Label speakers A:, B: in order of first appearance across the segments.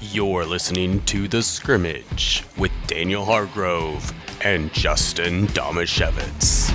A: You're listening to The Scrimmage with Daniel Hargrove and Justin Domashevitz.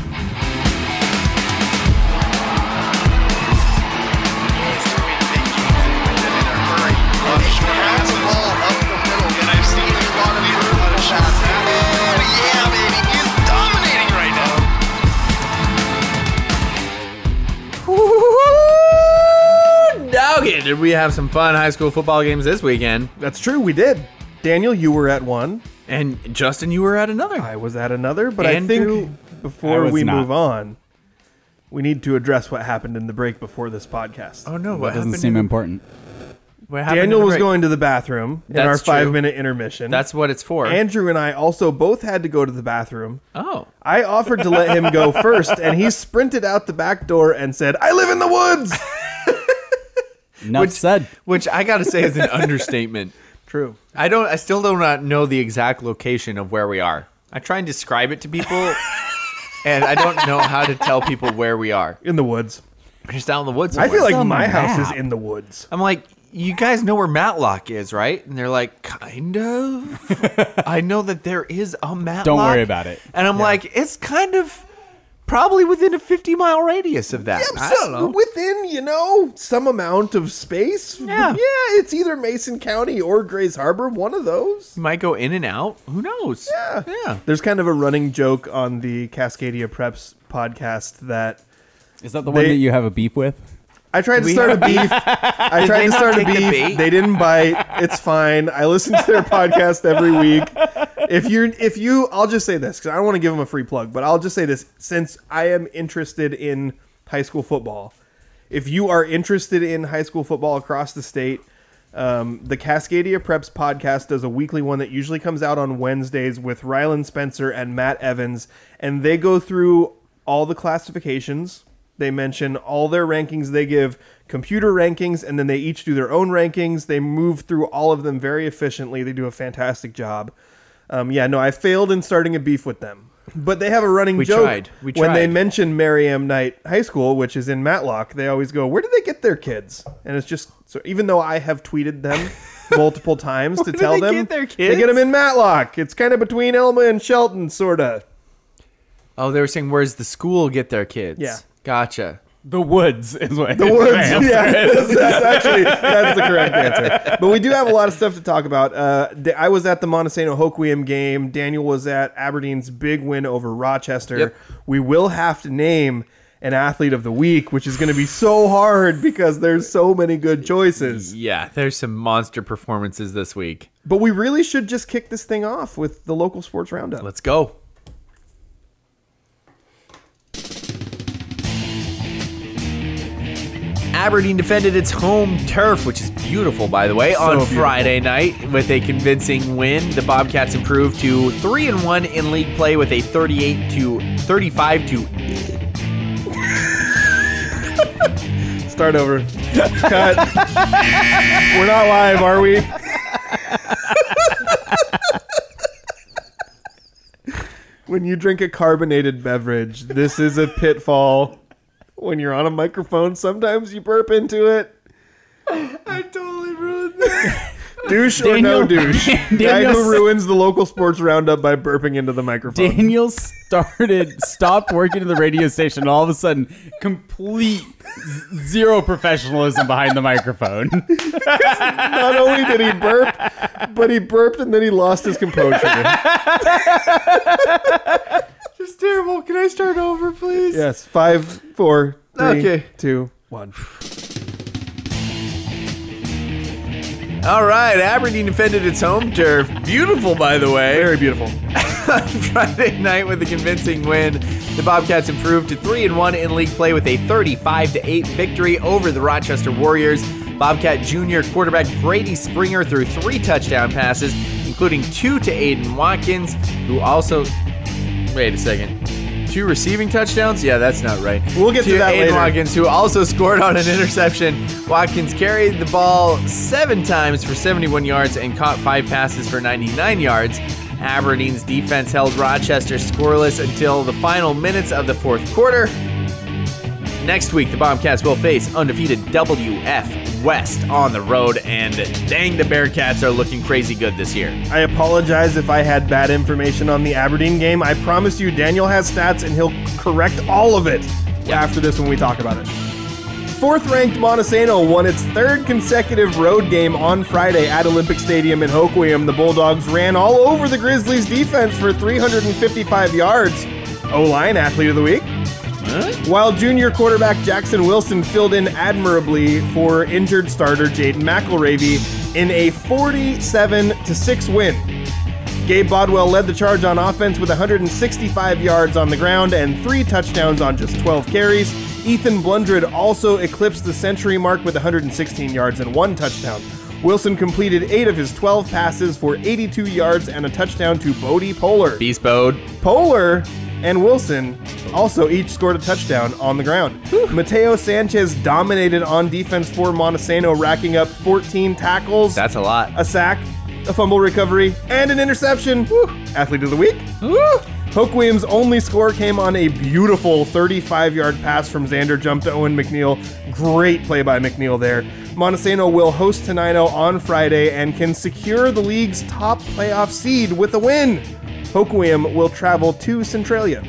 B: Dogged. Did we have some fun high school football games this weekend?
C: That's true, we did. Daniel, you were at one.
B: And Justin, you were at another.
C: I was at another, but I
B: Andrew-
C: think
D: I
C: before
D: was
C: we
D: not.
C: move on, we need to address what happened in the break before this podcast.
B: oh no, what
D: That doesn't
B: happened?
D: seem
B: in-
D: important.
B: what happened in
C: Daniel
B: the
C: was
B: break?
C: going to the bathroom in our
B: That's true.
C: five minute intermission.
B: That's what it's for.
C: Andrew and I also both had to go to the bathroom.
B: oh,
C: I offered to let him go first, and he sprinted out the back door and said, I live in the woods.
D: Enough said.
B: which I gotta say is an understatement.
C: True.
B: I don't. I still do not know the exact location of where we are. I try and describe it to people, and I don't know how to tell people where we are.
C: In the woods.
B: We're just out in the woods.
C: I feel
B: somewhere.
C: like
D: on the
C: my house
D: map?
C: is in the woods.
B: I'm like, you guys know where Matlock is, right? And they're like, kind of. I know that there is a Matlock.
D: Don't worry about it.
B: And I'm like, it's kind of probably within a 50 mile radius of that. I don't know.
C: Within, you know, some amount of space.
B: Yeah.
C: Yeah, it's either Mason County or Grays Harbor, one of those.
B: You might go in and out. Who knows?
C: Yeah.
B: Yeah.
C: There's kind of a running joke on the Cascadia Preps podcast that
D: Is that the one
C: They-
D: that you have a beef with?
C: I tried to
B: we
C: start a
B: have
C: beef. I tried
B: they
C: to
B: not
C: start a
B: take the
C: beef.
B: bait?
C: They didn't bite. It's fine. I listen to their podcast every week. If you're, if you, I'll just say this because I don't want to give them a free plug, but I'll just say this since I am interested in high school football. If you are interested in high school football across the state, um, the Cascadia Preps podcast does a weekly one that usually comes out on Wednesdays with Rylan Spencer and Matt Evans, and they go through all the classifications. They mention all their rankings. They give computer rankings, and then they each do their own rankings. They move through all of them very efficiently. They do a fantastic job. Um, yeah, no, I failed in starting a beef with them, but they have a running
B: We
C: joke
B: tried. We
C: when they
B: tried.
C: mention Merriam Knight High School, which is in Matlock, they always go, "Where do they get their kids?" And it's just so. Even though I have tweeted them multiple times to
B: do
C: tell
B: they
C: them
B: get their
C: they get
B: kids?
C: them in Matlock. It's kind of between Elma and Shelton, sorta.
B: Oh, they were saying, where's the school get their kids?
C: Yeah.
B: Gotcha.
D: The woods is what
C: The woods. Yeah, that's, that's actually that's the correct answer. But we do have a lot of stuff to talk about. Uh, da- I was at the Montesano Hoquiam game. Daniel was at Aberdeen's big win over Rochester.
B: Yep.
C: We will have to name an athlete of the week, which is going to be so hard because there's so many good choices.
B: Yeah. There's some monster performances this week.
C: But we really should just kick this thing off with the local sports roundup.
B: Let's go. Aberdeen defended its home turf, which is beautiful, by the way, on
C: beautiful.
B: Friday night with a convincing win. The Bobcats improved to three and one in league play with a 38 to 35 to
C: Start over. Cut. We're not live, are we? when you drink a carbonated beverage, this is a pitfall. When you're on a microphone, sometimes you burp into it.
B: I totally ruined that.
C: Douche or no
D: Daniel-
C: douche. Guy
D: Daniel-
C: who ruins the local sports roundup by burping into the microphone.
D: Daniel started, stopped working at the radio station, and all of a sudden, complete z- zero professionalism behind the microphone.
C: Not only did he burp, but he burped and then he lost his composure.
B: It's terrible. Can I start over, please?
C: Yes, five, four, three, two, one.
B: Okay. All right, Aberdeen defended its home turf. Beautiful, by the way.
C: Very beautiful.
B: on Friday night with a convincing win. The Bobcats improved to 3 and 1 in league play with a 35 8 victory over the Rochester Warriors. Bobcat junior quarterback Brady Springer threw three touchdown passes, including two to Aiden Watkins, who also. Wait a second. Two receiving touchdowns? Yeah, that's not right.
C: We'll get to that
B: Aiden
C: later.
B: Watkins, who also scored on an interception. Watkins carried the ball seven times for 71 yards and caught five passes for 99 yards. Aberdeen's defense held Rochester scoreless until the final minutes of the fourth quarter. Next week, the Bombcats will face undefeated WF West on the road, and dang, the Bearcats are looking crazy good this year.
C: I apologize if I had bad information on the Aberdeen game. I promise you, Daniel has stats and he'll correct all of it after this when we talk about it. Fourth ranked Montesano won its third consecutive road game on Friday at Olympic Stadium in Hoquiam. The Bulldogs ran all over the Grizzlies defense for 355 yards. O line athlete of the week. While junior quarterback Jackson Wilson filled in admirably for injured starter Jaden McElravy in a 47 6 win. Gabe Bodwell led the charge on offense with 165 yards on the ground and three touchdowns on just 12 carries. Ethan Blundred also eclipsed the century mark with 116 yards and one touchdown. Wilson completed eight of his 12 passes for 82 yards and a touchdown to Bodie Poehler.
B: Beast Bode.
C: Poehler and Wilson also each scored a touchdown on the ground. Mateo Sanchez dominated on defense for Montesano, racking up 14 tackles,
B: That's a lot.
C: a sack, a fumble recovery, and an interception. Woo. Athlete of the week. Hoke Williams' only score came on a beautiful 35 yard pass from Xander Jump to Owen McNeil. Great play by McNeil there. Montesano will host Tenino on Friday and can secure the league's top playoff seed with a win. Hoke Williams will travel to Centralia.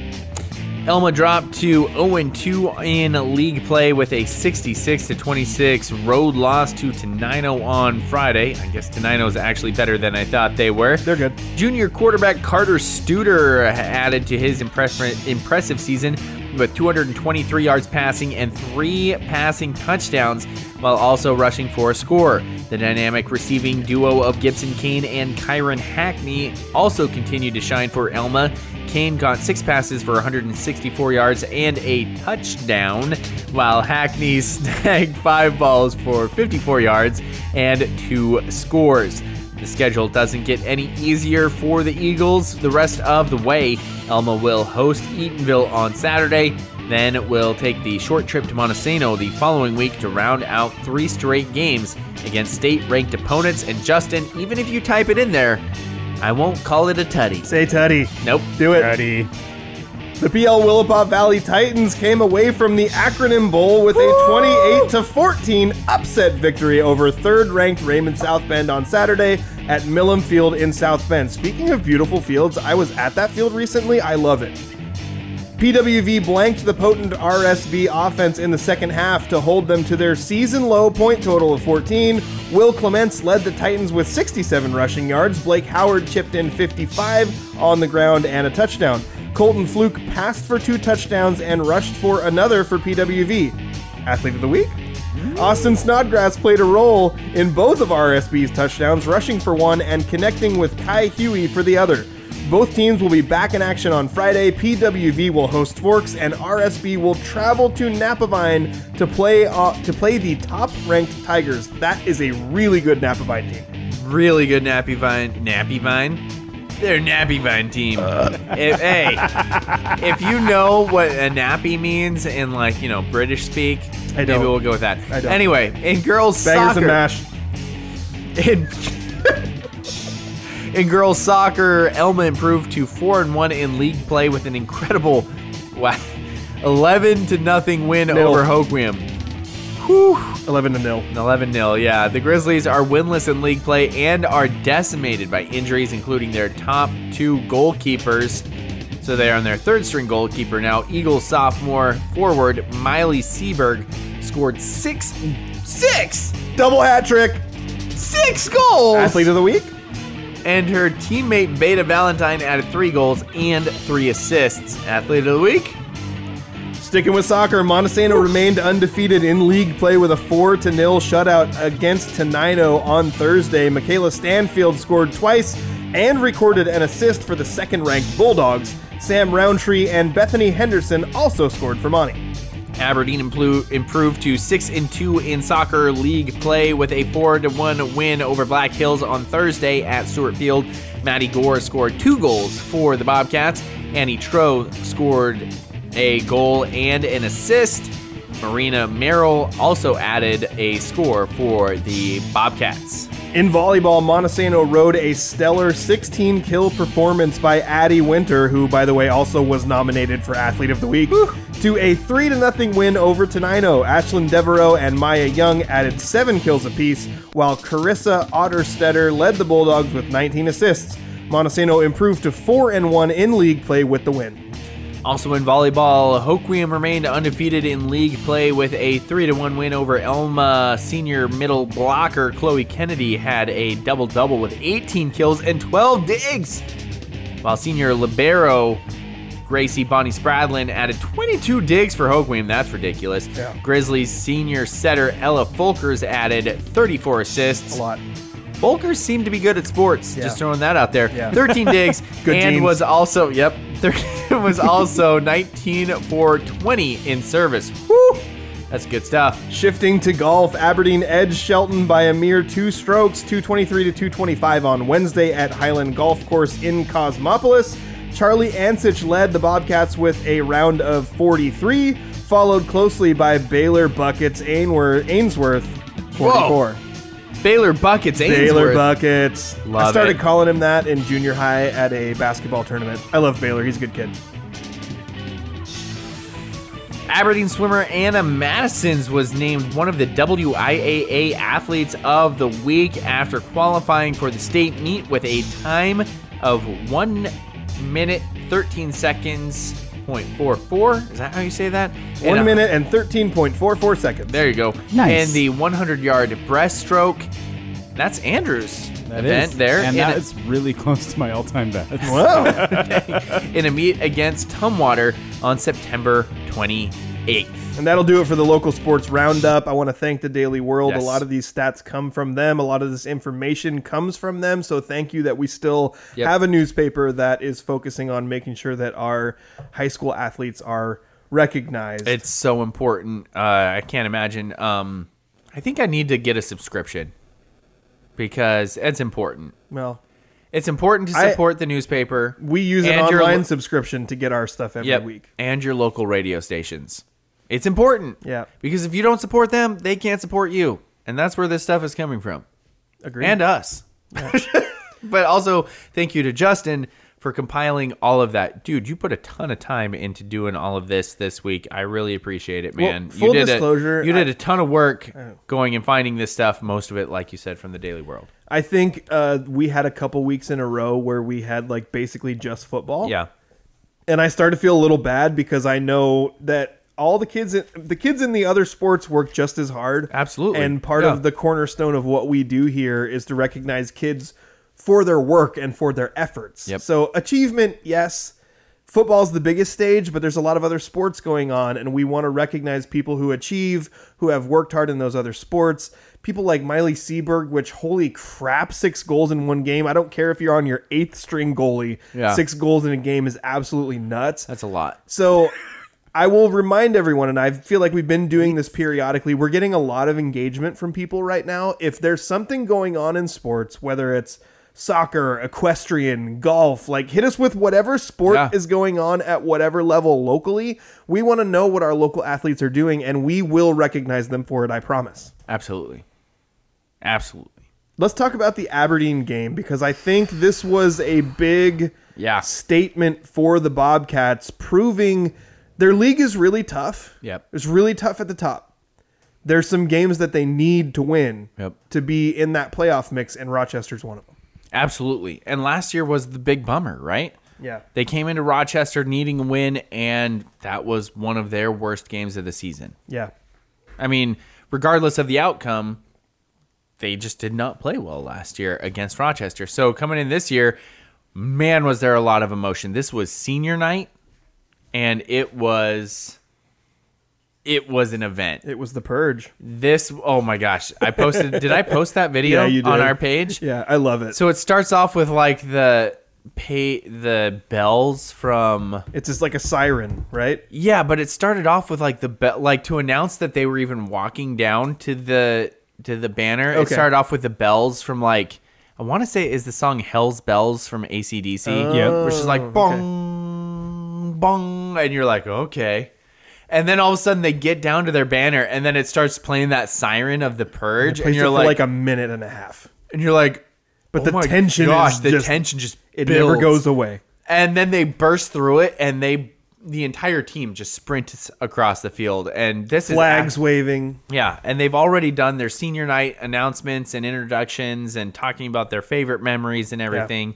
B: Elma dropped to 0-2 in league play with a 66 26 road loss to Tenino on Friday. I guess Tenino is actually better than I thought they were.
C: They're good.
B: Junior quarterback Carter Studer added to his impress- impressive season with 223 yards passing and three passing touchdowns while also rushing for a score. The dynamic receiving duo of Gibson Kane and Kyron Hackney also continued to shine for Elma. Kane caught six passes for 164 yards and a touchdown, while Hackney snagged five balls for 54 yards and two scores. The schedule doesn't get any easier for the Eagles the rest of the way. Elma will host Eatonville on Saturday, then will take the short trip to Montesano the following week to round out three straight games against state ranked opponents. And Justin, even if you type it in there, I won't call it a tutty.
C: Say Tutty.
B: Nope.
C: Do it.
D: Ready.
C: The PL Willapa Valley Titans came away from the Acronym Bowl with a 28 to 14 upset victory over third-ranked Raymond South Bend on Saturday at Millam Field in South Bend. Speaking of beautiful fields, I was at that field recently. I love it. PWV blanked the potent RSB offense in the second half to hold them to their season low point total of 14. Will Clements led the Titans with 67 rushing yards. Blake Howard chipped in 55 on the ground and a touchdown. Colton Fluke passed for two touchdowns and rushed for another for PWV. Athlete of the week? Austin Snodgrass played a role in both of RSB's touchdowns, rushing for one and connecting with Kai Huey for the other. Both teams will be back in action on Friday. PWV will host Forks, and RSB will travel to Napavine to play uh, to play the top-ranked Tigers. That is a really good Napavine team.
B: really good Nappy Vine. Nappy Vine? They're Nappy Vine team.
C: Uh.
B: If, hey, if you know what a nappy means in like you know British speak, maybe
C: don't.
B: we'll go with that.
C: I don't.
B: Anyway, in girls
C: Bangers
B: soccer,
C: and mash.
B: in, in girls soccer, Elma improved to four and one in league play with an incredible, wow, eleven to nothing win
C: Nil.
B: over Hoquiam.
C: Eleven to nil.
B: 11 0, yeah. The Grizzlies are winless in league play and are decimated by injuries, including their top two goalkeepers. So they are on their third string goalkeeper now. Eagles sophomore forward Miley Seberg scored six, six,
C: Double hat trick.
B: six goals.
C: Athlete of the week.
B: and her teammate Beta Valentine added three goals and three assists. Athlete of the week?
C: Sticking with soccer, Montesano remained undefeated in league play with a 4 0 shutout against Tenino on Thursday. Michaela Stanfield scored twice and recorded an assist for the second ranked Bulldogs. Sam Roundtree and Bethany Henderson also scored for Monty.
B: Aberdeen implu- improved to six and two in soccer league play with a four to one win over Black Hills on Thursday at Stewart Field. Maddie Gore scored two goals for the Bobcats. Annie Tro scored a goal and an assist. Marina Merrill also added a score for the Bobcats.
C: In volleyball, Montesano rode a stellar 16 kill performance by Addie Winter, who, by the way, also was nominated for Athlete of the Week, to a 3 0 win over Tenino. Ashlyn Devereaux and Maya Young added 7 kills apiece, while Carissa Otterstetter led the Bulldogs with 19 assists. Montesano improved to 4 and 1 in league play with the win.
B: Also in volleyball, Hoquiam remained undefeated in league play with a 3 1 win over Elma. Senior middle blocker Chloe Kennedy had a double double with 18 kills and 12 digs, while senior libero Gracie Bonnie Spradlin added 22 digs for Hoquiam. That's ridiculous.
C: Yeah.
B: Grizzlies senior setter Ella Folkers added 34 assists.
C: A lot.
B: Volkers seemed to be good at sports. Just throwing that out there.
C: Yeah.
B: 13 digs
C: Good
B: and
C: genes.
B: was also yep, thir- was also 19 for 20 in service. Woo! That's good stuff.
C: Shifting to golf, Aberdeen edged Shelton by a mere two strokes, 223 to 225 on Wednesday at Highland Golf Course in Cosmopolis. Charlie Ansich led the Bobcats with a round of 43, followed closely by Baylor Buckets Ainwer- Ainsworth 44.
B: Baylor buckets Ainsworth.
C: Baylor Buckets.
B: Love
C: I started
B: it.
C: calling him that in junior high at a basketball tournament. I love Baylor. He's a good kid.
B: Aberdeen swimmer Anna Madisons was named one of the WIAA athletes of the week after qualifying for the state meet with a time of 1 minute 13 seconds. 0.44 is that how you say that? And-
C: One
B: uh,
C: minute and 13.44 seconds.
B: There you go.
D: Nice.
B: And the 100 yard breaststroke. That's Andrew's
D: That
B: event
D: is
B: there.
D: and
B: in,
D: that
B: a,
D: is really close to my all-time best.
C: Whoa.
B: in a meet against Tumwater on September 28th.
C: And that'll do it for the local sports roundup. I want to thank the Daily World.
B: Yes.
C: A lot of these stats come from them. A lot of this information comes from them. So thank you that we still
B: Yep.
C: have a newspaper that is focusing on making sure that our high school athletes are recognized.
B: It's so important. Uh, I can't imagine. Um, I think I need to get a subscription because it's important.
C: well,
B: It's important to
C: I-
B: support the newspaper.
C: we use an
B: and your
C: online
B: lo-
C: subscription to get our stuff every
B: yep,
C: week.
B: and your local radio stations. It's important.
C: Yeah.
B: Because if you don't support them, they can't support you. And that's where this stuff is coming from.
C: Agreed.
B: and us. but also, thank you to Justin for compiling all of that. Dude, you put a ton of time into doing all of this this week. I really appreciate it, man. you
C: full
B: did
C: disclosure,
B: a, you
C: I-
B: did a ton of work going and finding this stuff. Most of it, like you said, from the Daily World.
C: I think uh, we had a couple weeks in a row where we had like basically just football.
B: Yeah,
C: and I started to feel a little bad because I know that all the kids the kids in the other sports work just as hard.
B: Absolutely.
C: And part
B: Yeah.
C: of the cornerstone of what we do here is to recognize kids for their work and for their efforts.
B: Yep.
C: So achievement, yes. Football's the biggest stage, but there's a lot of other sports going on, and we want to recognize people who achieve, who have worked hard in those other sports. People like Miley Seberg, which holy crap, six goals in one game. I don't care if you're on your eighth string goalie,
B: Yeah.
C: six goals in a game is absolutely nuts.
B: that's a lot.
C: So I will remind everyone, and I feel like we've been doing this periodically. We're getting a lot of engagement from people right now. If there's something going on in sports, whether it's soccer, equestrian, golf, like hit us with whatever sport
B: Yeah.
C: is going on at whatever level locally. We want to know what our local athletes are doing, and we will recognize them for it, I promise.
B: Absolutely, absolutely.
C: Let's talk about the Aberdeen game because I think this was a big
B: Yeah.
C: statement for the Bobcats, proving their league is really tough.
B: Yep.
C: It's really tough at the top. There's some games that they need to win
B: Yep.
C: to be in that playoff mix, and Rochester's one of them.
B: Absolutely. And last year was the big bummer, right?
C: Yeah.
B: They came into Rochester needing a win, and that was one of their worst games of the season.
C: Yeah.
B: I mean, regardless of the outcome, they just did not play well last year against Rochester. So coming in this year, man, was there a lot of emotion. This was senior night, and it was it was an event.
C: It was the purge.
B: This oh my gosh. I posted did I post that video
C: Yeah, you did.
B: on our page?
C: Yeah, I love it.
B: So it starts off with like the pay the bells from
C: it's just like a siren, right?
B: yeah, but it started off with like the be- like to announce that they were even walking down to the to the banner. It
C: Okay.
B: started off with the bells from like I want to say is the song "Hell's Bells" from ACDC.
D: Yeah.
B: which is
C: Oh,
B: like bong bong, and you're like okay. And then all of a sudden they get down to their banner, and then it starts playing that siren of the purge, and
C: Plays it
B: you're
C: for
B: like,
C: like a minute and a half.
B: and you're like,
C: But
B: "Oh
C: the
B: my
C: tension
B: gosh,
C: is
B: the
C: just-
B: tension just
C: It never
B: builds."
C: goes away.
B: and then they burst through it, and they the entire team just sprints across the field, and this
C: Flags
B: is
C: waving.
B: yeah, and they've already done their senior night announcements and introductions and talking about their favorite memories and everything.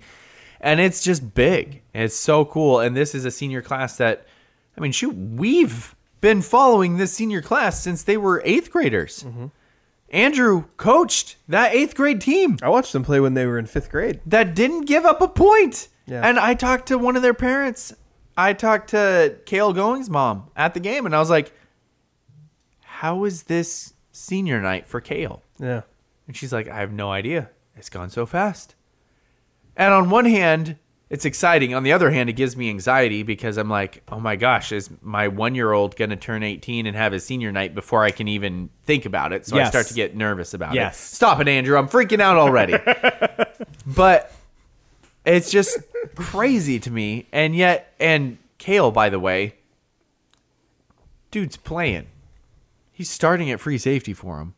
B: And it's just big. It's so cool. And this is a senior class that, I mean, shoot, we've been following this senior class since they were eighth graders. Andrew coached that eighth grade team
C: I watched them play when they were in fifth grade.
B: that didn't give up a point.
C: Yeah.
B: And I talked to one of their parents. I talked to Kale Going's mom at the game, and I was like, "How is this senior night for Kale?"
C: Yeah.
B: And she's like, "I have no idea. It's gone so fast." And on one hand, it's exciting. On the other hand, it gives me anxiety because I'm like, "Oh my gosh, is my one-year-old going to turn 18 and have his senior night before I can even think about it?" So I
D: Yes.
B: start to get nervous about it.
D: Yes.
B: Stop it, Andrew. I'm freaking out already. but it's just crazy to me. And yet, and Kale, by the way, dude's playing. He's starting at free safety for him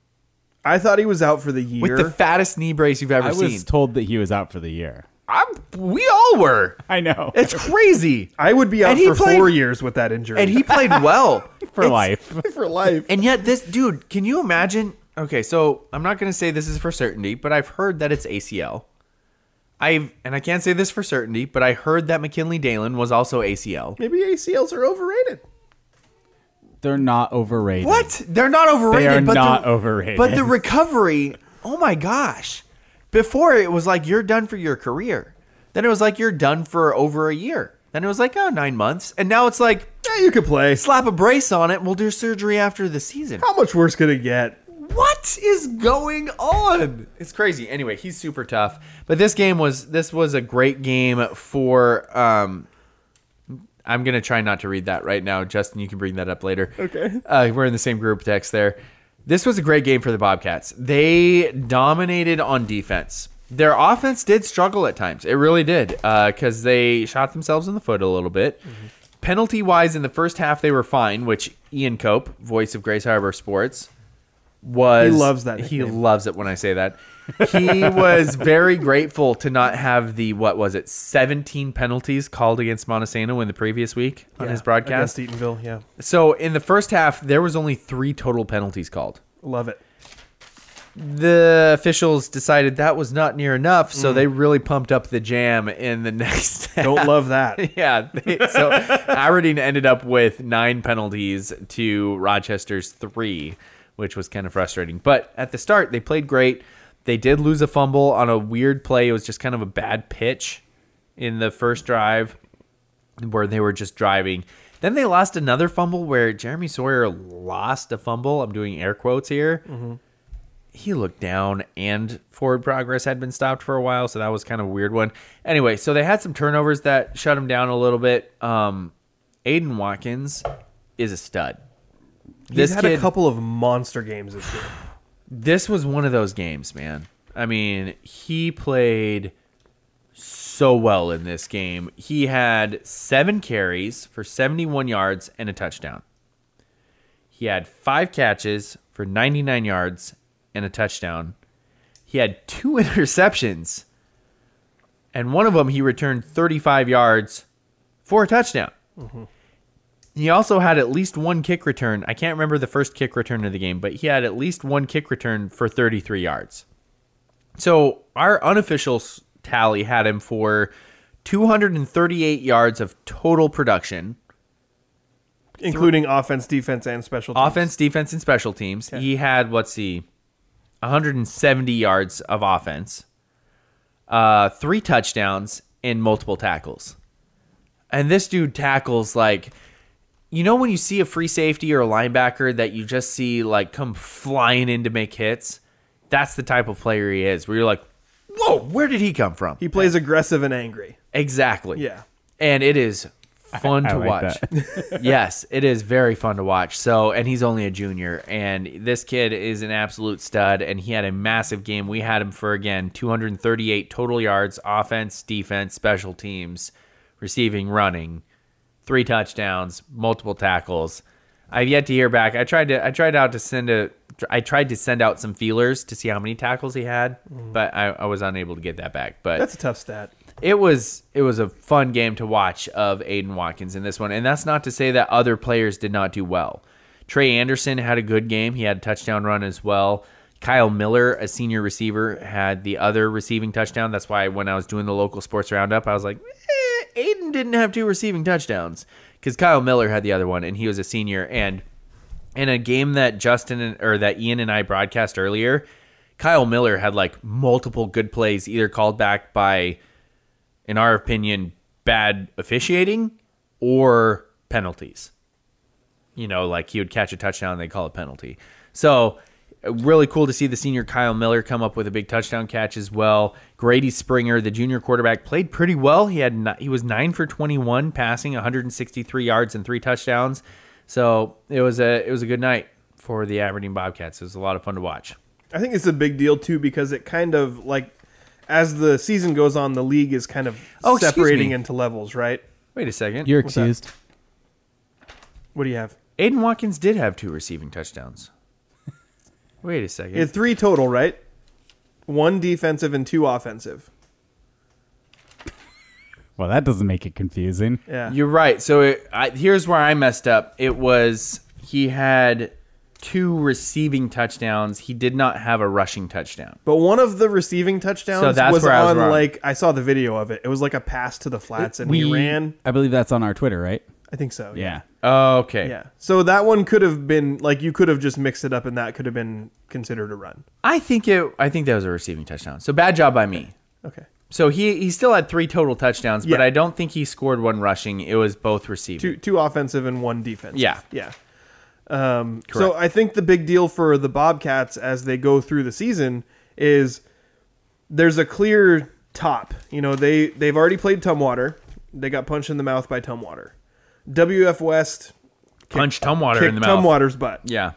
C: I thought he was out for the year.
B: with the fattest knee brace you've ever
D: I
B: seen.
D: was told that he was out for the year.
B: I'm, we all were.
D: I know.
B: It's crazy.
C: I would be out
B: And he
C: for
B: played-
C: four years with that injury.
B: And he played well.
D: for life.
C: for life.
B: And yet, this dude, can you imagine? Okay, so I'm not going to say this is for certainty, but I've heard that it's ACL. I've, and I can't say this for certainty, but I heard that McKinley Dalen was also ACL.
C: Maybe ACLs are overrated.
D: They're not overrated.
B: What? They're not overrated.
D: They are
B: but
D: not
B: the,
D: overrated.
B: But the recovery, oh my gosh. Before it was like you're done for your career. Then it was like you're done for over a year. Then it was like, oh, nine months. And now it's like,
C: Yeah, you could play.
B: slap a brace on it. We'll do surgery after the season.
C: How much worse could it get?
B: What is going on? It's crazy. Anyway, he's super tough. But this game was this was a great game for. Um, I'm gonna try not to read that right now, Justin. You can bring that up later.
C: Okay.
B: Uh, we're in the same group text there. This was a great game for the Bobcats. They dominated on defense. Their offense did struggle at times. It really did because they shot themselves in the foot a little bit. Penalty wise, in the first half, they were fine, which Ian Cope, voice of Grace Harbor Sports, was.
C: He loves that
B: He
C: nickname.
B: loves it when I say that. He was very grateful to not have the, what was it, 17 penalties called against Montesano in the previous week on his
C: Yeah,
B: broadcast.
C: against Eatonville. Yeah,
B: So in the first half, there was only three total penalties called.
C: love it.
B: The officials decided that was not near enough,
C: Mm.
B: so they really pumped up the jam in the next.
C: Don't love that.
B: yeah. They, so Aberdeen ended up with nine penalties to Rochester's three, which was kind of frustrating. But at the start, they played great. They did lose a fumble on a weird play. It was just kind of a bad pitch in the first drive where they were just driving. Then they lost another fumble where Jeremy Sawyer lost a fumble. I'm doing air quotes here.
C: Mm-hmm.
B: He looked down and forward progress had been stopped for a while, so that was kind of a weird one. Anyway, so they had some turnovers that shut him down a little bit. Um, Aiden Watkins is a stud.
C: He's
B: This
C: had
B: kid,
C: a couple of monster games this year.
B: this was one of those games, man. I mean, he played so well in this game. He had seven carries for 71 yards and a touchdown. He had five catches for 99 yards and a touchdown. He had two interceptions, and one of them he returned 35 yards for a touchdown. He also had at least one kick return. I can't remember the first kick return of the game, but he had at least one kick return for 33 yards. So our unofficial s- tally had him for 238 yards of total production,
C: including offense, defense, and special. teams.
B: offense, defense, and special teams. He had let's see, 170 yards of offense, uh, three touchdowns, and multiple tackles. And this dude tackles like, you know, when you see a free safety or a linebacker that you just see like come flying in to make hits. That's the type of player he is. Where you're like, whoa, where did he come from?
C: He plays aggressive and angry.
B: Exactly.
C: Yeah.
B: And it is fun
D: I
B: to
D: like
B: watch. yes, it is very fun to watch. So, and he's only a junior, and this kid is an absolute stud, and he had a massive game. We had him for, again, 238 total yards, offense, defense, special teams, receiving, running, three touchdowns, multiple tackles. I've yet to hear back. I tried to I tried out to send a tr- I tried to send out some feelers to see how many tackles he had, but I, I was unable to get that back. But
C: Mm. That's a tough stat.
B: it was it was a fun game to watch of Aiden Watkins in this one, and that's not to say that other players did not do well. Trey Anderson had a good game; he had a touchdown run as well. Kyle Miller, a senior receiver, had the other receiving touchdown. That's why when I was doing the local sports roundup, I was like, eh, Aiden didn't have two receiving touchdowns because Kyle Miller had the other one, and he was a senior. And in a game that Justin and, or that Ian and I broadcast earlier, Kyle Miller had like multiple good plays, either called back by in our opinion, bad officiating or penalties. You know, like he would catch a touchdown and they call a penalty. So really cool to see the senior Kyle Miller come up with a big touchdown catch as well. Grady Springer, the junior quarterback, played pretty well. He had ni- he was nine for twenty one passing, 163 yards and three touchdowns. So it was a it was a good night for the Aberdeen Bobcats. It was a lot of fun to watch.
C: I think it's a big deal too because it kind of like as the season goes on, the league is kind of
B: Oh, excuse
C: separating
B: me.
C: into levels, right?
B: Wait a 2nd
D: You're
C: that?
D: excused.
C: What do you have?
B: Aiden Watkins did have two receiving touchdowns. Wait a second.
C: You had three total, right? One defensive and two offensive.
D: Well, that doesn't make it confusing.
C: Yeah.
B: You're right. So it, I, here's where I messed up. It was he had two receiving touchdowns. He did not have a rushing touchdown.
C: but one of the receiving touchdowns
B: So that's
C: was
B: where I was
C: on
B: wrong.
C: like I saw the video of it. It was like a pass to the flats and he ran.
D: I believe that's on our Twitter, right?
C: I think so.
D: Yeah.
B: Okay.
C: Yeah. So that one could have been like you could have just mixed it up and that could have been considered a run.
B: I think it. I think that was a receiving touchdown. So bad job by me.
C: Okay.
B: So he he still had three total touchdowns, but
C: Yeah.
B: I don't think he scored one rushing. It was both receiving.
C: two two offensive and one defensive.
B: Yeah.
C: yeah. Um, so I think the big deal for the Bobcats as they go through the season is there's a clear top. You know they they've already played Tumwater. They got punched in the mouth by Tumwater. WF West
B: Punch Tumwater in
C: kicked
B: the mouth.
C: Tumwater's butt.
B: Yeah.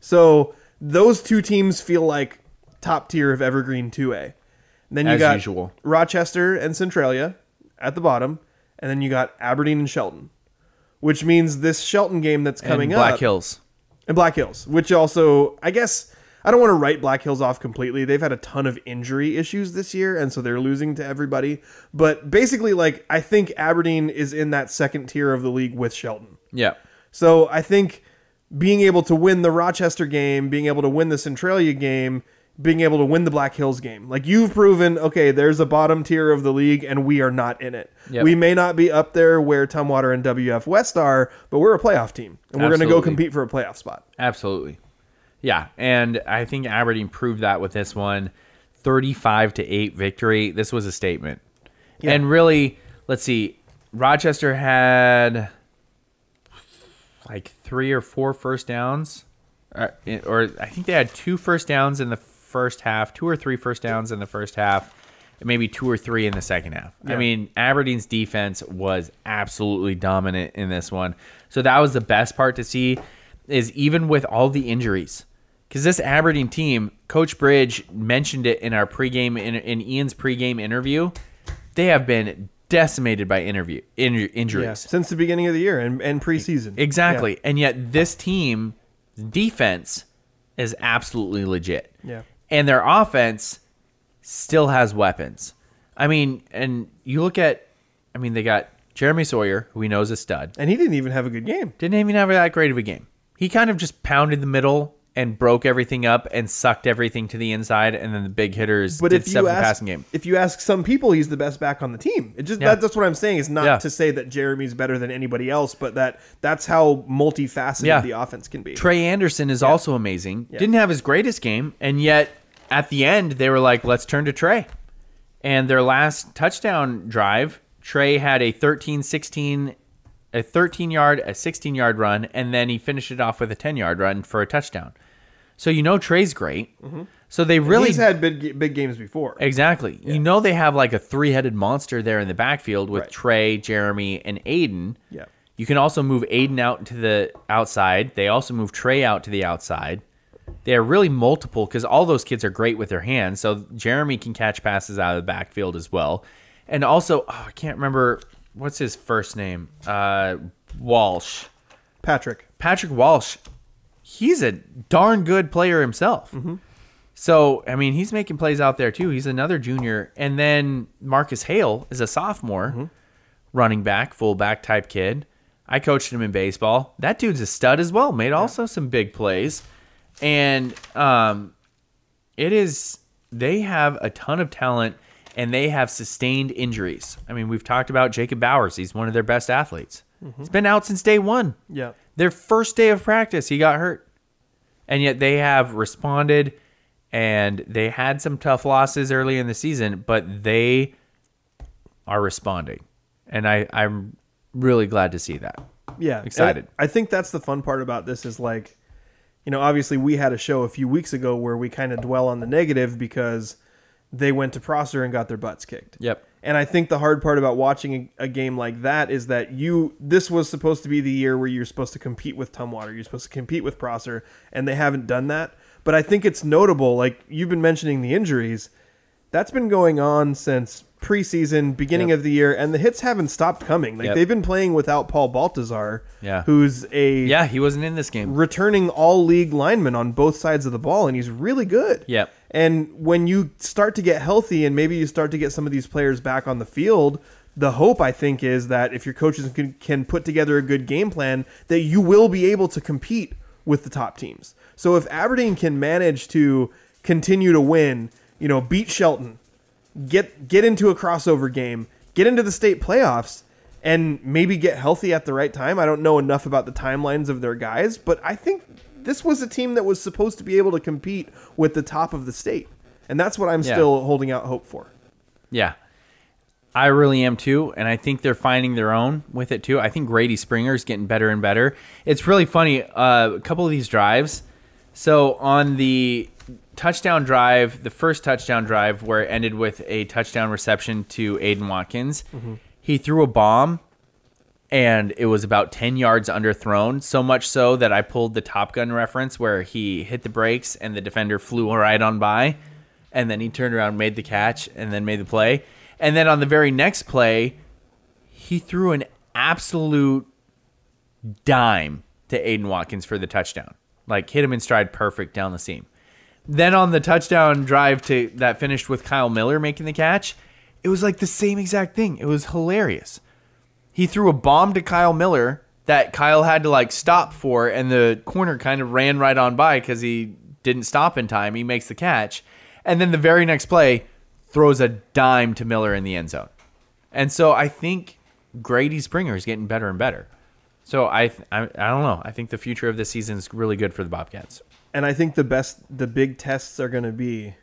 C: So those two teams feel like top tier of Evergreen 2A. And then you
B: As
C: got
B: usual.
C: Rochester and Centralia at the bottom, and then you got Aberdeen and Shelton, which means this Shelton game that's coming
B: and Black
C: up
B: Hills.
C: and Black Hills, which also I guess I don't want to write Black Hills off completely. They've had a ton of injury issues this year, and so they're losing to everybody. But basically, like I think Aberdeen is in that second tier of the league with Shelton.
B: Yeah.
C: So I think being able to win the Rochester game, being able to win the Centralia game, being able to win the Black Hills game, like you've proven, okay, there's a bottom tier of the league and we are not in it.
B: Yep.
C: We may not be up there where Tumwater and WF West are, but we're a playoff team and we're going to go
B: Absolutely.
C: compete for a playoff spot.
B: Absolutely. Yeah, and I think Aberdeen proved that with this one. 35 to 8 victory. This was a statement. And really, let's see. Rochester had like 3 or 4 first downs or, or I think they had two first downs in the first half, two or three first downs in the first half, and maybe two or three in the second half. I mean, Aberdeen's defense was absolutely dominant in this one. So that was the best part to see is even with all the injuries. Because this Aberdeen team, Coach Bridge mentioned it in our pregame in, in Ian's pregame interview, they have been decimated by interview inju-
C: Yeah.
B: injuries.
C: Since the beginning of the year and, and preseason.
B: Exactly. And yet this team defense is absolutely legit.
C: Yeah.
B: And their offense still has weapons. I mean, and you look at I mean, they got Jeremy Sawyer, who we know is a stud.
C: And he didn't even have a good game.
B: Didn't even have that great of a game. He kind of just pounded the middle and broke everything up and sucked everything to the inside and then the big hitters
C: But
B: did
C: if
B: stuff
C: you
B: in the
C: ask,
B: passing game.
C: if you ask some people, he's the best back on the team. It just
B: Yeah.
C: that, that's what I'm saying. It's not
B: Yeah.
C: to say that Jeremy's better than anybody else, but that that's how multifaceted
B: Yeah.
C: the offense can be.
B: Trey Anderson is also amazing. Didn't have his greatest game, and yet at the end they were like, "Let's turn to Trey." And their last touchdown drive, Trey had a 13-16 a 13-yard, a 16-yard run, and then he finished it off with a 10-yard run for a touchdown. So you know Trey's great. So they really
C: He's had big big games before.
B: Exactly. You know they have like a three-headed monster there in the backfield with
C: Right.
B: Trey, Jeremy, and Aiden.
C: Yeah.
B: You can also move Aiden out to the outside. They also move Trey out to the outside. They are really multiple because all those kids are great with their hands. So Jeremy can catch passes out of the backfield as well, and also oh, I can't remember what's his first name. Uh, Walsh.
C: Patrick.
B: Patrick Walsh, he's a darn good player himself. So, I mean, he's making plays out there too. He's another junior. And then Marcus Hale is a sophomore running back, fullback type kid. I coached him in baseball. That dude's a stud as well. Made also some big plays. And um, it is they have a ton of talent and they have sustained injuries. I mean, we've talked about Jacob Bowers. He's one of their best athletes. He's been out since day one.
C: Yeah.
B: Their first day of practice, he got hurt. And yet they have responded and they had some tough losses early in the season, but they are responding. And I, I'm really glad to see that.
C: yeah and
B: Excited.
C: i think that's the fun part about this is like you know obviously we had a show a few weeks ago where we kind of dwell on the negative because they went to prosser and got their butts kicked
B: Yep.
C: and i think the hard part about watching a, a game like that is that you this was supposed to be the year where you're supposed to compete with tumwater you're supposed to compete with prosser and they haven't done that but i think it's notable like you've been mentioning the injuries that's been going on since preseason, beginning of the year, and the hits haven't stopped coming. Like
B: Yep.
C: they've been playing without Paul Baltazar,
B: Yeah.
C: who's a
B: Yeah, he wasn't in this game.
C: returning all league lineman on both sides of the ball, and he's really good.
B: Yep.
C: And when you start to get healthy, and maybe you start to get some of these players back on the field. The hope, I think, is that if your coaches can, can put together a good game plan, that you will be able to compete with the top teams. So if Aberdeen can manage to continue to win, you know, beat Shelton, get get into a crossover game, get into the state playoffs, and maybe get healthy at the right time. I don't know enough about the timelines of their guys, but I think this was a team that was supposed to be able to compete with the top of the state, and that's what I'm
B: Yeah.
C: still holding out hope for.
B: Yeah. I really am too, and I think they're finding their own with it too. I think Grady Springer's getting better and better. It's really funny. Uh, a couple of these drives. So on the touchdown drive, the first touchdown drive where it ended with a touchdown reception to Aiden Watkins, he threw a bomb, and it was about ten yards underthrown. So much so that I pulled the Top Gun reference where he hit the brakes and the defender flew right on by and then he turned around, made the catch, and then made the play. And then on the very next play, he threw an absolute dime to Aiden Watkins for the touchdown. Like hit him in stride perfect down the seam. Then on the touchdown drive to that finished with Kyle Miller making the catch, it was like the same exact thing. It was hilarious. He threw a bomb to Kyle Miller that Kyle had to like stop for and the corner kind of ran right on by cuz he didn't stop in time. He makes the catch. And then the very next play throws a dime to Miller in the end zone. And so I think Grady Springer is getting better and better. So I, th- I, I don't know. I think the future of this season is really good for the Bobcats.
C: And I think the best, the big tests are going to be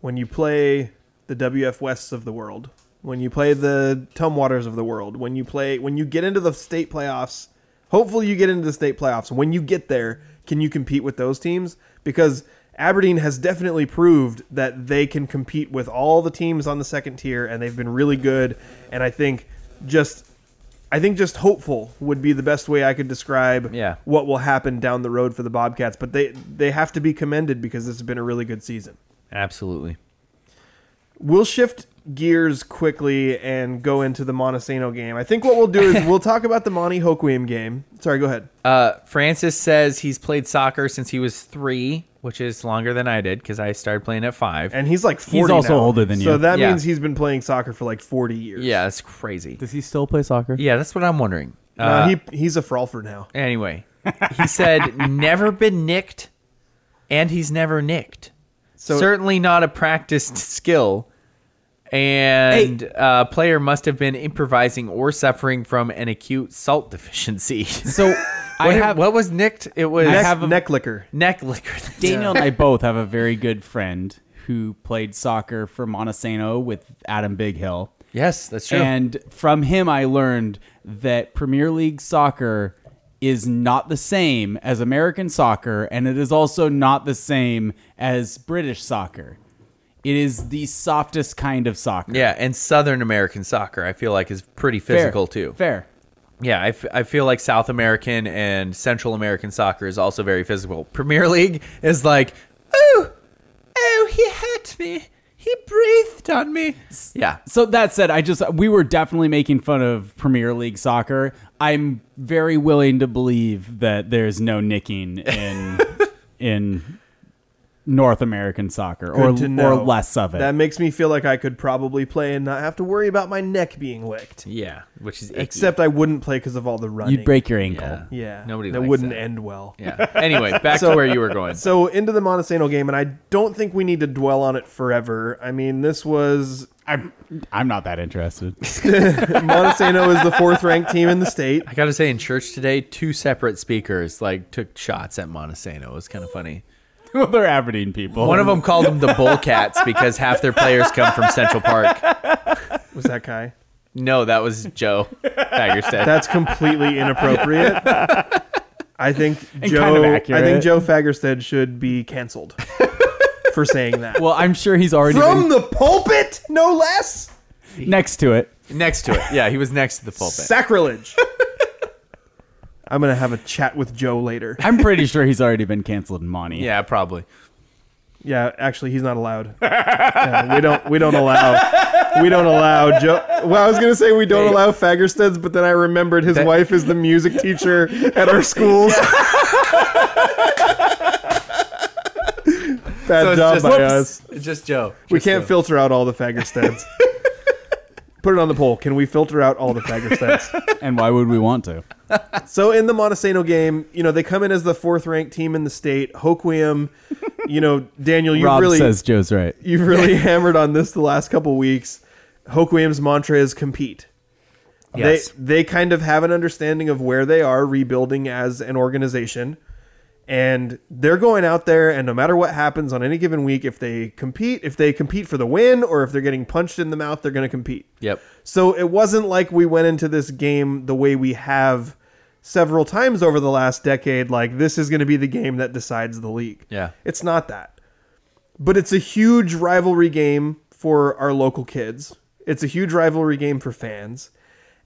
C: when you play the WF Wests of the world, when you play the Tumwaters of the world, when you play, when you get into the state playoffs. Hopefully, you get into the state playoffs. When you get there, can you compete with those teams? Because Aberdeen has definitely proved that they can compete with all the teams on the second tier, and they've been really good. And I think just, I think just hopeful would be the best way I could describe
B: Yeah.
C: what will happen down the road for the Bobcats, but they they have to be commended because this has been a really good season.
B: Absolutely.
C: We'll shift gears quickly and go into the Montesano game. I think what we'll do is we'll talk about the Monty Hoquiam game. Sorry, go ahead.
B: Uh, Francis says he's played soccer since he was three, which is longer than I did because I started playing at five.
C: And he's like 40
D: also
C: now.
D: older than
C: So
D: you.
C: that
B: Yeah.
C: means he's been playing soccer for like 40 years.
B: yeah, that's crazy.
D: Does he still play soccer?
B: Yeah, that's what I'm wondering.
C: No,
D: Uh,
C: he, he's a frolfer now.
B: Anyway, he said never been nicked, and he's never nicked.
C: So-
B: certainly not a practiced skill, and uh, player must have been improvising or suffering from an acute salt deficiency.
D: So I
B: what,
D: have
B: what was nicked? It was
C: Neck,
D: have a-
C: neck liquor.
B: neck liquor.
D: Daniel and I both have a very good friend who played soccer for Montesano with Adam Big Hill.
B: Yes, that's true.
D: And from him, I learned that Premier League soccer is not the same as American soccer, and it is also not the same as British soccer. It is the softest kind of soccer.
B: yeah, and Southern American soccer, I feel like, is pretty physical
D: Fair.
B: too.
D: Fair.
B: Yeah, I, f- I feel like South American and Central American soccer is also very physical. Premier League is like, oh, oh, he hurt me. He breathed on me. Yeah.
D: So that said, I just we were definitely making fun of Premier League soccer. I'm very willing to believe that there's no nicking in in North American soccer,
C: Good
D: or
C: to
D: or
C: know.
D: less of it.
C: That makes me feel like I could probably play and not have to worry about my neck being licked.
E: Yeah, which is icky.
C: Except I wouldn't play because of all the running.
D: You'd break your ankle.
E: yeah,
C: Yeah,
E: Nobody.
C: That
E: likes
C: wouldn't
E: that.
C: end well.
E: Yeah. Anyway, back to where you were going.
C: So into the Montesano game, and I don't think we need to dwell on it forever. I mean, this was
D: I'm I'm not that interested.
C: Montesano is the fourth ranked team in the state.
E: I gotta say, in church today, two separate speakers like took shots at Montesano. It was kind of funny.
D: well, they're Aberdeen people.
E: One of them called them the Bullcats because half their players come from Central Park.
C: Was that guy?
E: No, that was Joe Fagerstead.
C: That's completely inappropriate. I think
D: And
C: Joe.
D: kind of
C: I think
D: accurate.
C: Joe Fagerstead should be canceled for saying that.
D: Well, I'm sure he's already
C: From
D: been
C: the pulpit, no less.
D: next to it.
E: next to it. Yeah, he was next to the pulpit.
C: Sacrilege. I'm gonna have a chat with Joe later.
D: I'm pretty sure he's already been canceled in Monty.
E: yeah, probably.
C: Yeah, actually, he's not allowed. Yeah, we don't. We don't allow. We don't allow. Joe. Well, I was gonna say we don't allow Fagersteads, but then I remembered his wife is the music teacher at our schools. Bad
E: it's
C: job
E: just-
C: by
E: whoops.
C: us.
E: It's just Joe.
C: We
E: Just
C: can't
E: Joe.
C: filter out all the Fagersteads. Put it on the poll. Can we filter out all the Fagersteads?
D: And why would we want to?
C: So in the Montesano game, you know, they come in as the fourth ranked team in the state. Hoquiam, you know, Daniel, you
D: Rob
C: really
D: says Joe's right.
C: you've really hammered on this the last couple weeks. Hoquiam's mantra is compete.
E: Yes.
C: They they kind of have an understanding of where they are rebuilding as an organization. And they're going out there and no matter what happens on any given week, if they compete, if they compete for the win or if they're getting punched in the mouth, they're gonna compete.
E: Yep.
C: So it wasn't like we went into this game the way we have several times over the last decade, like this is gonna be the game that decides the league.
E: Yeah.
C: It's not that but it's a huge rivalry game for our local kids. It's a huge rivalry game for fans.